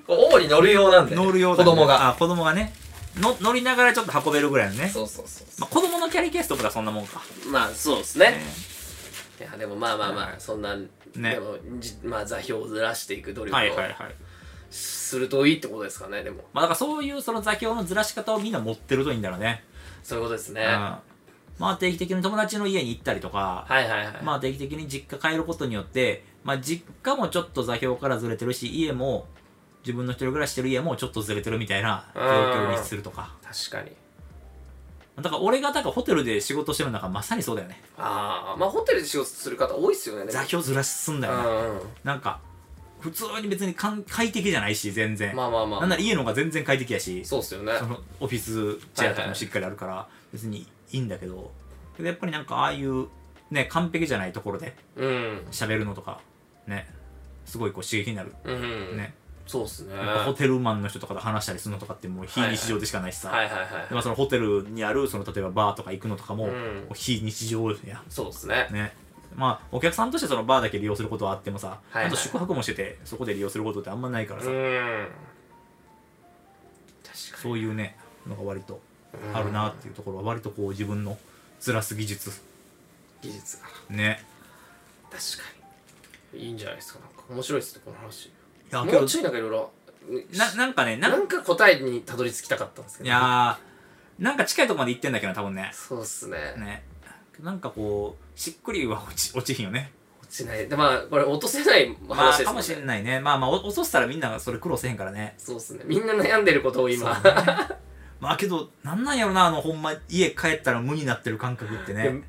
Speaker 1: これ主に乗る用なんで、
Speaker 2: 乗る用
Speaker 1: 子
Speaker 2: だね
Speaker 1: 供が
Speaker 2: あ子供がねの乗りながらちょっと運べるぐらいのね、
Speaker 1: そうそうそうそ
Speaker 2: まあ、子供のキャリーケースとかはそんなもんか
Speaker 1: うまあそうですねいやでもまあまあまあ、
Speaker 2: はい
Speaker 1: そんな、
Speaker 2: ね
Speaker 1: でもじまあ座標をずらしていく努力を
Speaker 2: はいはいはい。
Speaker 1: するといいってことですかねでも
Speaker 2: まあだからそういうその座標のずらし方をみんな持ってるといいんだろうね。
Speaker 1: そういうことですね、
Speaker 2: うん。まあ定期的に友達の家に行ったりとか、
Speaker 1: はいはいはい、
Speaker 2: まあ定期的に実家帰ることによって、まあ実家もちょっと座標からずれてるし、家も、自分の一人暮らししてる家もちょっとずれてるみたいな状況にするとか。
Speaker 1: 確かに
Speaker 2: だから俺がだからホテルで仕事してる中まさにそうだよね。
Speaker 1: ああまあホテルで仕事する方多いっすよねでも
Speaker 2: 座標ずらすんだよな。
Speaker 1: うんうん
Speaker 2: なんか、普通に別にかん快適じゃないし、全然。
Speaker 1: まあまあまあ
Speaker 2: なんなら家の方が全然快適やし、
Speaker 1: そうっすよね
Speaker 2: そのオフィスチェアとかもしっかりあるから、別にいいんだけど、けどやっぱりなんかああいう、ね、完璧じゃないところで
Speaker 1: うん
Speaker 2: 喋るのとか、ね、すごいこう刺激になる。
Speaker 1: うん、
Speaker 2: ね。
Speaker 1: そうっすね
Speaker 2: やっぱホ
Speaker 1: は
Speaker 2: テルマンの人とかと話したりするのとかってもう非日常でしかないしさ。
Speaker 1: いはいはい
Speaker 2: でまあそのホテルにある、その例えばバーとか行くのとかも、
Speaker 1: うん
Speaker 2: もう非日常や。
Speaker 1: そうっすね
Speaker 2: ね。まあ、お客さんとしてそのバーだけ利用することはあってもさ、
Speaker 1: はいはい
Speaker 2: あと宿泊もしてて、そこで利用することってあんまないから
Speaker 1: う
Speaker 2: さ、
Speaker 1: ん
Speaker 2: そういうね、のが割とあるなっていうところは、割とこう自分のずらす技術、
Speaker 1: 技術が
Speaker 2: ね。
Speaker 1: 確かにいいんじゃないですかなんか面白いっすねこの話
Speaker 2: いや、け
Speaker 1: も
Speaker 2: ど
Speaker 1: うちょいなんかいろいろ
Speaker 2: な、なんかね、な
Speaker 1: なんんか答えにたどり着きたかったんですけ
Speaker 2: い
Speaker 1: ど
Speaker 2: やー、なんか近いとこまで行ってんだけど、多分ね。
Speaker 1: そうっすね
Speaker 2: ね。なんかこう、しっくりは落ち、落ちひんよね。
Speaker 1: 落ちないでまあこれ落とせない
Speaker 2: ま
Speaker 1: 話
Speaker 2: あ、
Speaker 1: ですも
Speaker 2: か
Speaker 1: ん
Speaker 2: も
Speaker 1: ね
Speaker 2: しれないね。まあまあ、お遅したらみんなそれ苦労せへんからね。
Speaker 1: そうっすねみんな悩んでることを今
Speaker 2: そうね まあけど、なんなんやろな、あの、ほんま、家帰ったら無になってる感覚って
Speaker 1: いや
Speaker 2: ね。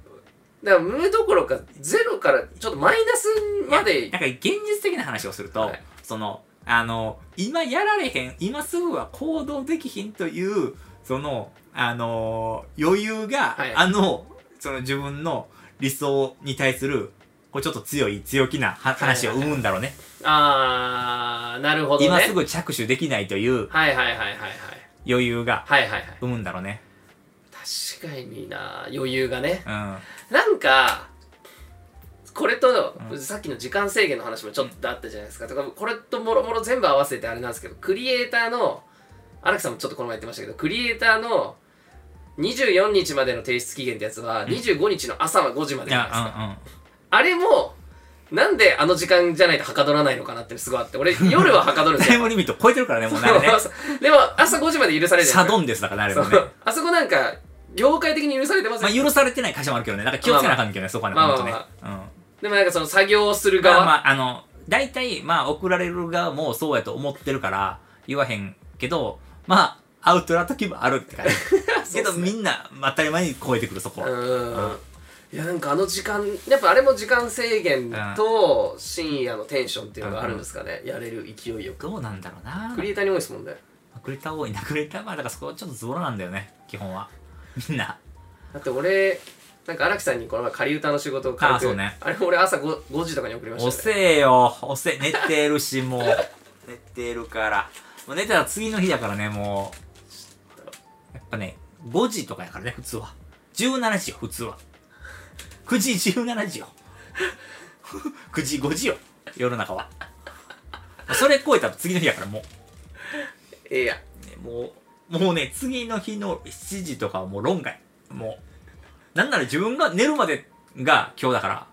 Speaker 1: だから無どころかゼロからちょっとマイナスまで
Speaker 2: なんか現実的な話をすると、
Speaker 1: はい
Speaker 2: その、あの、今やられへん、今すぐは行動できひんという、その、あの余裕が、
Speaker 1: はい
Speaker 2: あの、その自分の理想に対する、こうちょっと強い、強気なは話を生むんだろうね。
Speaker 1: あーなるほどね
Speaker 2: 今すぐ着手できないという
Speaker 1: はいはいはいはいはい
Speaker 2: 余裕が
Speaker 1: はいはいはい
Speaker 2: 生むんだろうね。
Speaker 1: 確かにな余裕がね
Speaker 2: うん。
Speaker 1: なんかこれと、
Speaker 2: うん
Speaker 1: さっきの時間制限の話もちょっとあったじゃないですか、とかこれともろもろ全部合わせてあれなんですけどクリエイターの荒木さんもちょっとこの前言ってましたけどクリエイターの24日までの提出期限ってやつは、25日の朝は5時まで
Speaker 2: い
Speaker 1: じゃないですか
Speaker 2: や、
Speaker 1: あれも、なんであの時間じゃないとはかどらないのかなってすごいあって、 俺、夜ははかどる
Speaker 2: うんうんん。
Speaker 1: です
Speaker 2: タイ
Speaker 1: よ。
Speaker 2: ムリミット超えてるからね、もうなるね。
Speaker 1: でも、朝5時まで許される
Speaker 2: シ
Speaker 1: じゃ
Speaker 2: ャ
Speaker 1: ない
Speaker 2: ドンですだからね、あれ
Speaker 1: で
Speaker 2: も
Speaker 1: す
Speaker 2: ね
Speaker 1: か。。そうあそこなんか、業界的に許されてます
Speaker 2: ま
Speaker 1: よ
Speaker 2: あ、許されてない会社もあるけどね、なんか気をつけなあかんけどね、そこはね、
Speaker 1: まあまあ
Speaker 2: ほんとね。うん。
Speaker 1: でもなんかその作業をする
Speaker 2: まあ
Speaker 1: 側。
Speaker 2: まあ、あの、大体、まあ、送られる側もそうやと思ってるから、言わへんけど、まあ、アウトな時もあるって感 じ。けど、みんな、当たり前に超えてくる、そこは。
Speaker 1: うん。いや、なんかあの時間、やっぱあれも時間制限と深夜のテンションっていうのがあるんですかね。やれる勢いよく。
Speaker 2: どうなんだろうな
Speaker 1: クリエイターに多いですもんね。
Speaker 2: クレター多いな、クレター、まあ、だからそこはちょっとズボラなんだよね、基本は。みんな。
Speaker 1: だって俺、なんか荒木さんにこの前仮歌の仕事を軽く
Speaker 2: あそうね
Speaker 1: あれ俺朝 5, 5時とかに送りました
Speaker 2: 遅
Speaker 1: よね。
Speaker 2: えよ、遅え、寝てるし、もう。 寝てるから。もう寝たら次の日だからね、もう。やっぱね、5時とかやからね、普通は。17時よ、普通は。9時17時よ。9時5時よ、世の中は。それ超えたら次の日やから、も
Speaker 1: ええや。
Speaker 2: う、ねもう、もうね、次の日の7時とかはもう論外。もう。なんなら自分が寝るまでが今日だから、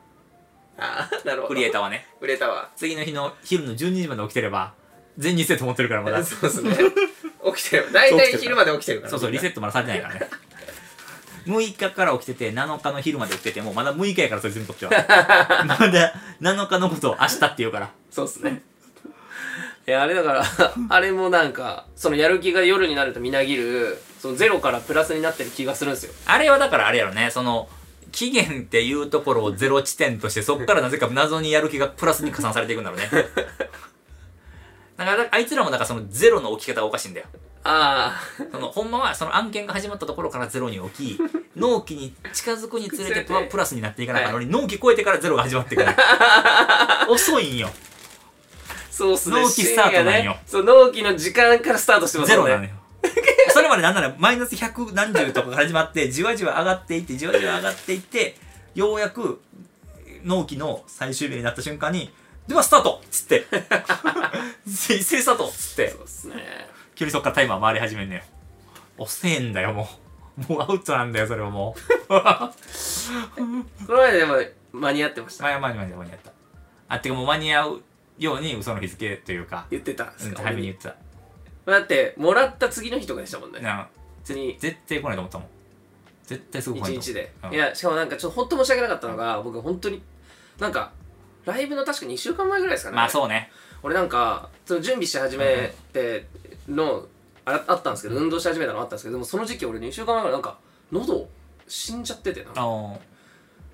Speaker 1: ああ、なるほど。
Speaker 2: クリエイターはね。
Speaker 1: 売れたわ。
Speaker 2: 次の日の昼の12時まで起きてれば全日制と思ってるからま だそ
Speaker 1: そうですね。起きてる。大体昼まで起きてるから。
Speaker 2: うそうリセットまだされてないからね 6日から起きてて7日の昼まで起きててもまだ6日やからそれ全部取っちゃう まだ7日のことを明日って言うから
Speaker 1: そうですね。いや、あれだから、あれもなんか、そのやる気が夜になるとみなぎる、そのゼロからプラスになってる気がするんですよ。
Speaker 2: あれはだからあれやろねその期限っていうところをゼロ地点としてそっからなぜか謎にやる気がプラスに加算されていくんだろう ねだからあいつらもだからそのゼロの置き方がおかしいんだよ
Speaker 1: あ
Speaker 2: そのほんまはその案件が始まったところからゼロに 置き納期に近づくにつれてプラプラスになっていかなあかんのに、納期超えてからゼロが始まってくる 遅いんよ
Speaker 1: あ、そうっすね。
Speaker 2: 納期スタートな
Speaker 1: 深
Speaker 2: んよ
Speaker 1: 夜ね。そう、納期の時間からスタートしてます
Speaker 2: ゼ
Speaker 1: よ
Speaker 2: ロ
Speaker 1: ね。
Speaker 2: なのよそれまでなんならマイナス100何十とかから始まってじわじわ上がっていってじわじわ上がっていってようやく納期の最終日になった瞬間にではスタートっつって 一斉にスタートっつって
Speaker 1: そうっすね。
Speaker 2: 急にそっからタイマー回り始めんのよ遅えんだよもうもうアウトなんだよそれはもう
Speaker 1: この前でも、間に合ってました。
Speaker 2: まあ、間に合った、間に合った。あ、ってかもう間に合うように嘘の日付というか、
Speaker 1: 言ってたんです
Speaker 2: うん、
Speaker 1: か、
Speaker 2: 早め
Speaker 1: 俺
Speaker 2: に
Speaker 1: に
Speaker 2: 言ってた。
Speaker 1: だって、もらった次の日とかでしたもんね。
Speaker 2: な
Speaker 1: 別に、
Speaker 2: 絶対来ないと思ったもん。絶対すぐ
Speaker 1: 一
Speaker 2: 来ないと思った。
Speaker 1: 日で
Speaker 2: う。ん
Speaker 1: いや、しかもなんか、ちょっと本当申し訳なかったのが、僕本当に、なんか、ライブの確か2週間前ぐらいですかね。
Speaker 2: まあそうね。
Speaker 1: 俺なんかその準備し始めてのあらあったんですけど運動し始めたのあったんですけどでもその時期俺2週間前からなんか喉死んじゃっててな
Speaker 2: あの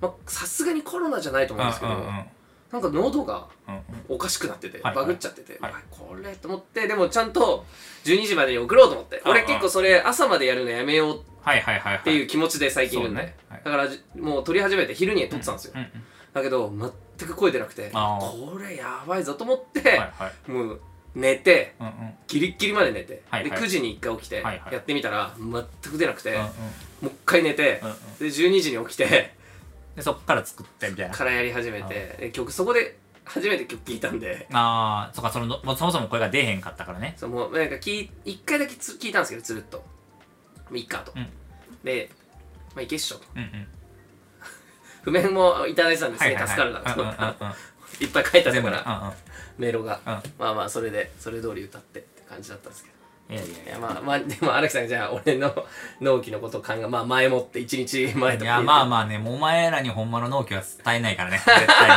Speaker 1: まあさすがにコロナじゃないと思うんですけ
Speaker 2: うん
Speaker 1: ど、
Speaker 2: うんうんうん
Speaker 1: なんか喉が
Speaker 2: うん。
Speaker 1: おかしくなってて、
Speaker 2: はい
Speaker 1: バグっちゃってて、
Speaker 2: はい
Speaker 1: あこれと思ってでもちゃんと12時までに送ろうと思って、
Speaker 2: うん
Speaker 1: 俺結構それ朝までやるのやめようっ
Speaker 2: はいはいはいはい。って
Speaker 1: いう気持ちで最近いるんで、
Speaker 2: そうねはい
Speaker 1: だからじもう撮り始めて昼に撮ってたんですよ、
Speaker 2: うんうん。
Speaker 1: だけど全く声出なくて
Speaker 2: あ
Speaker 1: これやばいぞと思って、
Speaker 2: はいはい。
Speaker 1: もう寝て
Speaker 2: うんうん。
Speaker 1: ギリッギリまで寝て、
Speaker 2: はいはい
Speaker 1: で9時に1回起きて
Speaker 2: はいはい
Speaker 1: やってみたら全く出なくて、
Speaker 2: うんう
Speaker 1: も
Speaker 2: ん
Speaker 1: う1回寝て、
Speaker 2: うんうん
Speaker 1: で12時に起きて
Speaker 2: で、そっから作ってみたいな。
Speaker 1: からやり始めてで曲そこで初めて曲聴いたんで
Speaker 2: ああ、そっか、その、もうそもそも声が出えへんかったからね。
Speaker 1: そのもうなんか聞い1回だけつ聞いたんですけどつるっともういいかと、
Speaker 2: うん
Speaker 1: で、まあ、いけっしょと
Speaker 2: うんうん。
Speaker 1: 譜面もいただ いてたんです
Speaker 2: は
Speaker 1: ね、
Speaker 2: いはいはい。
Speaker 1: 助かるなと
Speaker 2: うん
Speaker 1: 思
Speaker 2: う
Speaker 1: ったら
Speaker 2: んうんうん。
Speaker 1: いっぱい書いてあった
Speaker 2: 全部
Speaker 1: か
Speaker 2: な。
Speaker 1: ら
Speaker 2: うんうん。
Speaker 1: メロが、
Speaker 2: うん
Speaker 1: まあまあそれでそれ通り歌ってって感じだったんですけど
Speaker 2: いやいやい
Speaker 1: い
Speaker 2: や
Speaker 1: やまあまあでも荒木さんじゃあ俺の 納期のことを考えまあ前もって1日前とか
Speaker 2: い
Speaker 1: 言っ
Speaker 2: や
Speaker 1: て
Speaker 2: まあまあねもうお前らにほんまの納期は伝えない からね絶対に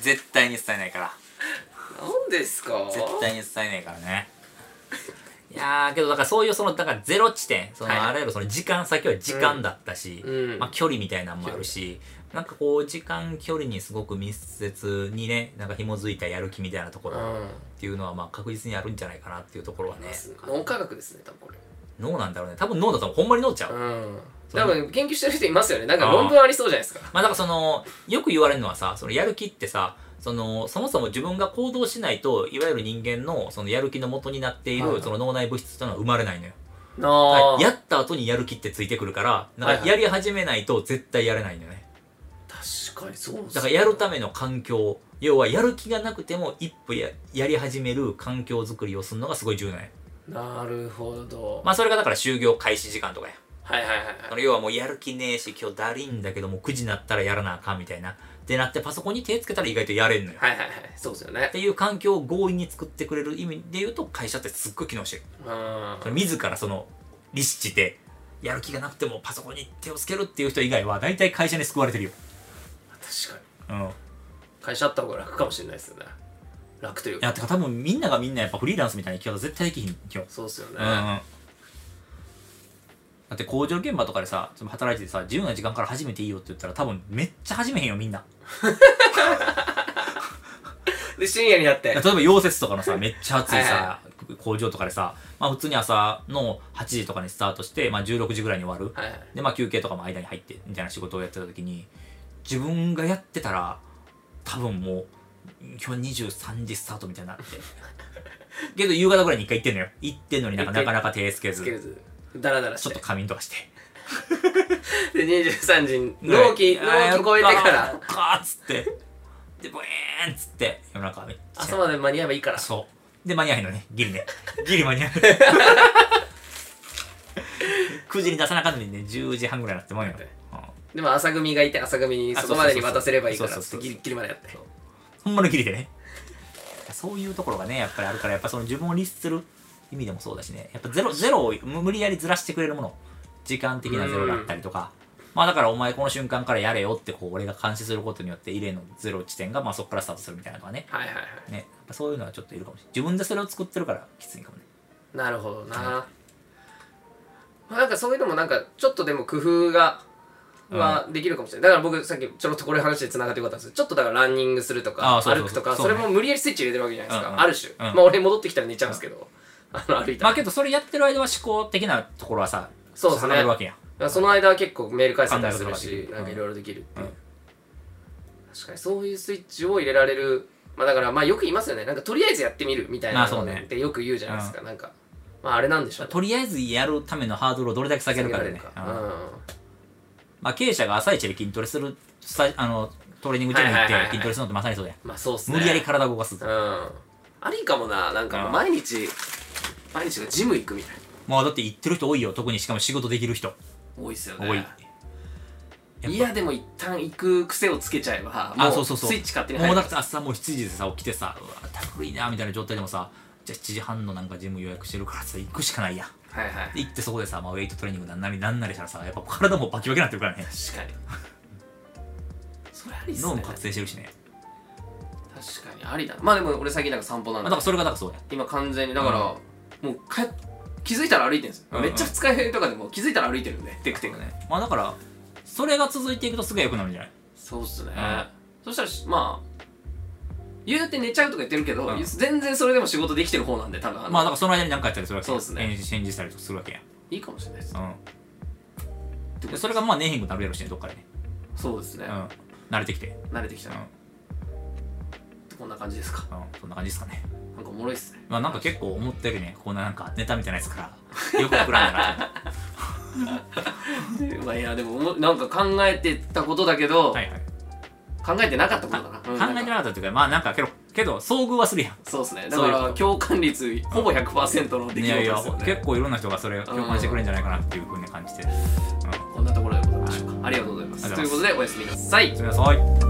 Speaker 2: 絶対に伝えないから
Speaker 1: なんですか
Speaker 2: 絶対に伝えないからねいやーけどだからそういうそのだからゼロ地点その、
Speaker 1: はい
Speaker 2: あらゆるその時間先は時間だったし、
Speaker 1: うん
Speaker 2: まあ、距離みたいなのもあるしなんかこう時間距離にすごく密接にねなんか紐づいたやる気みたいなところ
Speaker 1: う
Speaker 2: っていうのはまあ確実にあるんじゃないかなっていうところはね
Speaker 1: ん脳科学ですね多分これ
Speaker 2: 脳なんだろうね多分脳だと思うほんまに脳ちゃう、
Speaker 1: うん
Speaker 2: そう
Speaker 1: 多分研究してる人いますよねなんか
Speaker 2: あー
Speaker 1: 論文ありそうじゃないですか
Speaker 2: まあだからそのよく言われるのはさそのやる気ってさそのそもそも自分が行動しないといわゆる人間のそのやる気の元になっている、
Speaker 1: はいはい
Speaker 2: その脳内物質というのは生まれないのよだか
Speaker 1: あ
Speaker 2: らやった後にやる気ってついてくるから
Speaker 1: は
Speaker 2: ないん
Speaker 1: は
Speaker 2: か
Speaker 1: い
Speaker 2: やり始めないと絶対やれないんだよね
Speaker 1: 確かにそう
Speaker 2: だからやるた
Speaker 1: め
Speaker 2: めの環境要はやる気がなくても一歩ややり始める環境づくりをするのがすごい重要なんや
Speaker 1: なるほど
Speaker 2: まあそれがだから就業開始時間とかや
Speaker 1: はいはいはい
Speaker 2: そ
Speaker 1: はい
Speaker 2: の要はもうやる気ねえし今日だりんだけどもう9時になったらやらなあかんみたいなってなってパソコンに手つけたら意外とやれんのよ
Speaker 1: はいはいはいそうですよね
Speaker 2: っていう環境を強引に作ってくれる意味で言うと会社ってすっごい機能してる
Speaker 1: うんは
Speaker 2: その自らその利子してやる気がなくてもパソコンに手をつけるっていう人以外は大体会社に救われてるよ、
Speaker 1: 確かに
Speaker 2: うん、い
Speaker 1: 会社あった方が楽かもしれないですよね楽というか
Speaker 2: やてか多分みんながみんなやっぱフリーランスみたいな生き方絶対できひんよ、
Speaker 1: そうですよね
Speaker 2: うんうん、だって工場現場とかでさその働いててさ自由な時間から始めていいよって言ったら多分めっちゃ始めへんよみんな
Speaker 1: で深夜になって
Speaker 2: 例えば溶接とか のさめっちゃ暑いさ工場とかでさ、まあ、普通に朝の8時とかにスタートして、まあ、16時ぐらいに終わる、
Speaker 1: はいはい
Speaker 2: でまあ休憩とかも間に入ってみたいな仕事をやってた時に自分がやってたら多分もう今日23時スタートみたい になってけど夕方ぐらいに一回行ってんのよ行ってんのになんか
Speaker 1: 一回
Speaker 2: なかなか手つけず
Speaker 1: つけずダラダラ
Speaker 2: ち
Speaker 1: し
Speaker 2: ょってと仮眠と かして
Speaker 1: で23時に納期納期超えてから
Speaker 2: かーっつってでボエーンっつって夜中めっちゃ
Speaker 1: 朝まで間に合えばいいから
Speaker 2: そうで間に合わへんのねギリ ねギリ間に合わへん9時に出さなあかんのにね10時半ぐらいになってまうよ、うん
Speaker 1: でも朝組がいて朝組にそこまでに渡せればいいから
Speaker 2: そう
Speaker 1: っ
Speaker 2: そ
Speaker 1: て
Speaker 2: うそうそう
Speaker 1: ギリッギリまでやって
Speaker 2: ほんまのギリでね。そういうところがね、やっぱりあるから、やっぱその自分を律する意味でもそうだしね、やっぱゼロ、ゼロを無無理やりずらしてくれるもの、時間的なゼロだったりとか、まあだからお前この瞬間からやれよってこう俺が監視することによって異例のゼロ地点がまあそこからスタートするみたいなのがね、
Speaker 1: はいはいはい
Speaker 2: ね、やっぱそういうのはちょっといるかもしれない。自分でそれを作ってるからきついかもね。
Speaker 1: なるほどな、まあ、なんかそういうのもなんかちょっとでも工夫がはできるかもしれない、だから僕さっきちょろっとこれ話でつながってよかったんですけどちょっとだからランニングするとか
Speaker 2: あーそうそう
Speaker 1: 歩くとか
Speaker 2: そ
Speaker 1: そう
Speaker 2: ね
Speaker 1: れも無理やりスイッチ入れてるわけじゃないですか、
Speaker 2: うんうん
Speaker 1: ある種、
Speaker 2: うん
Speaker 1: まあ俺戻ってきたら寝ちゃうんですけど、あの歩いた
Speaker 2: ま
Speaker 1: ら、
Speaker 2: あけどそれやってる間は思考的なところはさ、
Speaker 1: そうですね
Speaker 2: 下がるわけやん。
Speaker 1: まあその間は結構メール返せたりする
Speaker 2: 考える
Speaker 1: し
Speaker 2: こ
Speaker 1: な
Speaker 2: とができる
Speaker 1: んかいろいろできるっていう、
Speaker 2: うん
Speaker 1: 確かにそういうスイッチを入れられるまあだからまあよく言いますよねなんかとりあえずやってみるみたい
Speaker 2: ま
Speaker 1: な
Speaker 2: あそうね
Speaker 1: ってよく言うじゃないですか、なんかまああれなんでしょうね
Speaker 2: とりあえずやるためのハードルをどれだけ下げるかだよね。
Speaker 1: 下げら
Speaker 2: うん
Speaker 1: れるかうん
Speaker 2: まあ、経営者が朝一で筋トレするさあのトレーニングジムに行っ
Speaker 1: はいはいはいは
Speaker 2: て
Speaker 1: い
Speaker 2: 筋トレするのってまさにそうだよ、
Speaker 1: まあそうっすね
Speaker 2: 無理やり体を動かす
Speaker 1: うんありかもななんかもう
Speaker 2: うん
Speaker 1: 毎日、毎日がジム行くみたい
Speaker 2: まあだって行ってる人多いよ特にしかも仕事できる人
Speaker 1: な多いっすよね
Speaker 2: 多いやっぱ
Speaker 1: いやでも一旦行く癖をつけちゃえばも
Speaker 2: あそうそうそう
Speaker 1: スイッチ勝手に
Speaker 2: も
Speaker 1: 入
Speaker 2: う
Speaker 1: る
Speaker 2: だって朝もう7時でさ起きてさうわだるいなみたいな状態でもさじゃあ7時半のなんかジム予約してるからさ行くしかないや
Speaker 1: はいはい
Speaker 2: で行ってそこでさ、まあ、ウェイトトレーニングなんなりなんなりしたらさやっぱ体もバキバキになってるからね
Speaker 1: 確かにそれありっすね
Speaker 2: 脳も
Speaker 1: 確
Speaker 2: 覚醒してるしね、
Speaker 1: かにありだなまあでも俺最近なんか散歩な
Speaker 2: ま
Speaker 1: ん
Speaker 2: あ、
Speaker 1: だ
Speaker 2: だからそれがだからそうや
Speaker 1: 今完全にだから、もうか気づいたら歩いてるんですよ、
Speaker 2: うんうん
Speaker 1: めっちゃ二日酔いとかでも気づいたら歩いてるんでテクテクね
Speaker 2: ねまあだからそれが続いていくとすぐ良くなるんじゃない
Speaker 1: そうっすね、
Speaker 2: うん
Speaker 1: そしたらしまあ言うて寝ちゃうとか言ってるけど、
Speaker 2: うん
Speaker 1: 全然それでも仕事できてる方なんで多分の
Speaker 2: まあだからその間に何かやったりするわけ
Speaker 1: そうっすね
Speaker 2: 返事返事したりとかするわけや
Speaker 1: いいかもしれないです、
Speaker 2: うんでそれがまあネーヒングになるやろうしねどっかでね
Speaker 1: そうですね
Speaker 2: う、ん慣れてきて
Speaker 1: 慣れてきた
Speaker 2: うん
Speaker 1: な、こんな感じですか
Speaker 2: うんそんな感じですかね
Speaker 1: なんかおもろいっすね
Speaker 2: まあなんか結構思ったよりねこんななんかネタみたいなやつからよく送らんだなと思って
Speaker 1: まあいやでもおもなんか考えてたことだけ ど、
Speaker 2: はいはい
Speaker 1: 考えてなかったことだな、
Speaker 2: 考
Speaker 1: うん
Speaker 2: えてなかったっていうかまあなんかけどけど遭遇はするやん
Speaker 1: そうですね。だ
Speaker 2: そう
Speaker 1: か
Speaker 2: いう
Speaker 1: ら共感率ほぼ100%の出来事で
Speaker 2: い
Speaker 1: すよ
Speaker 2: や
Speaker 1: ね。
Speaker 2: いや結構いろんな人がそれ共感してくれるんじゃないかなっていうふうに感じて、うん、
Speaker 1: こんなところでございましょうか。ありがとうございま
Speaker 2: あ
Speaker 1: す。
Speaker 2: りが
Speaker 1: と
Speaker 2: と
Speaker 1: いうう
Speaker 2: ご
Speaker 1: ことでおやすみなさい
Speaker 2: おや。すみなさい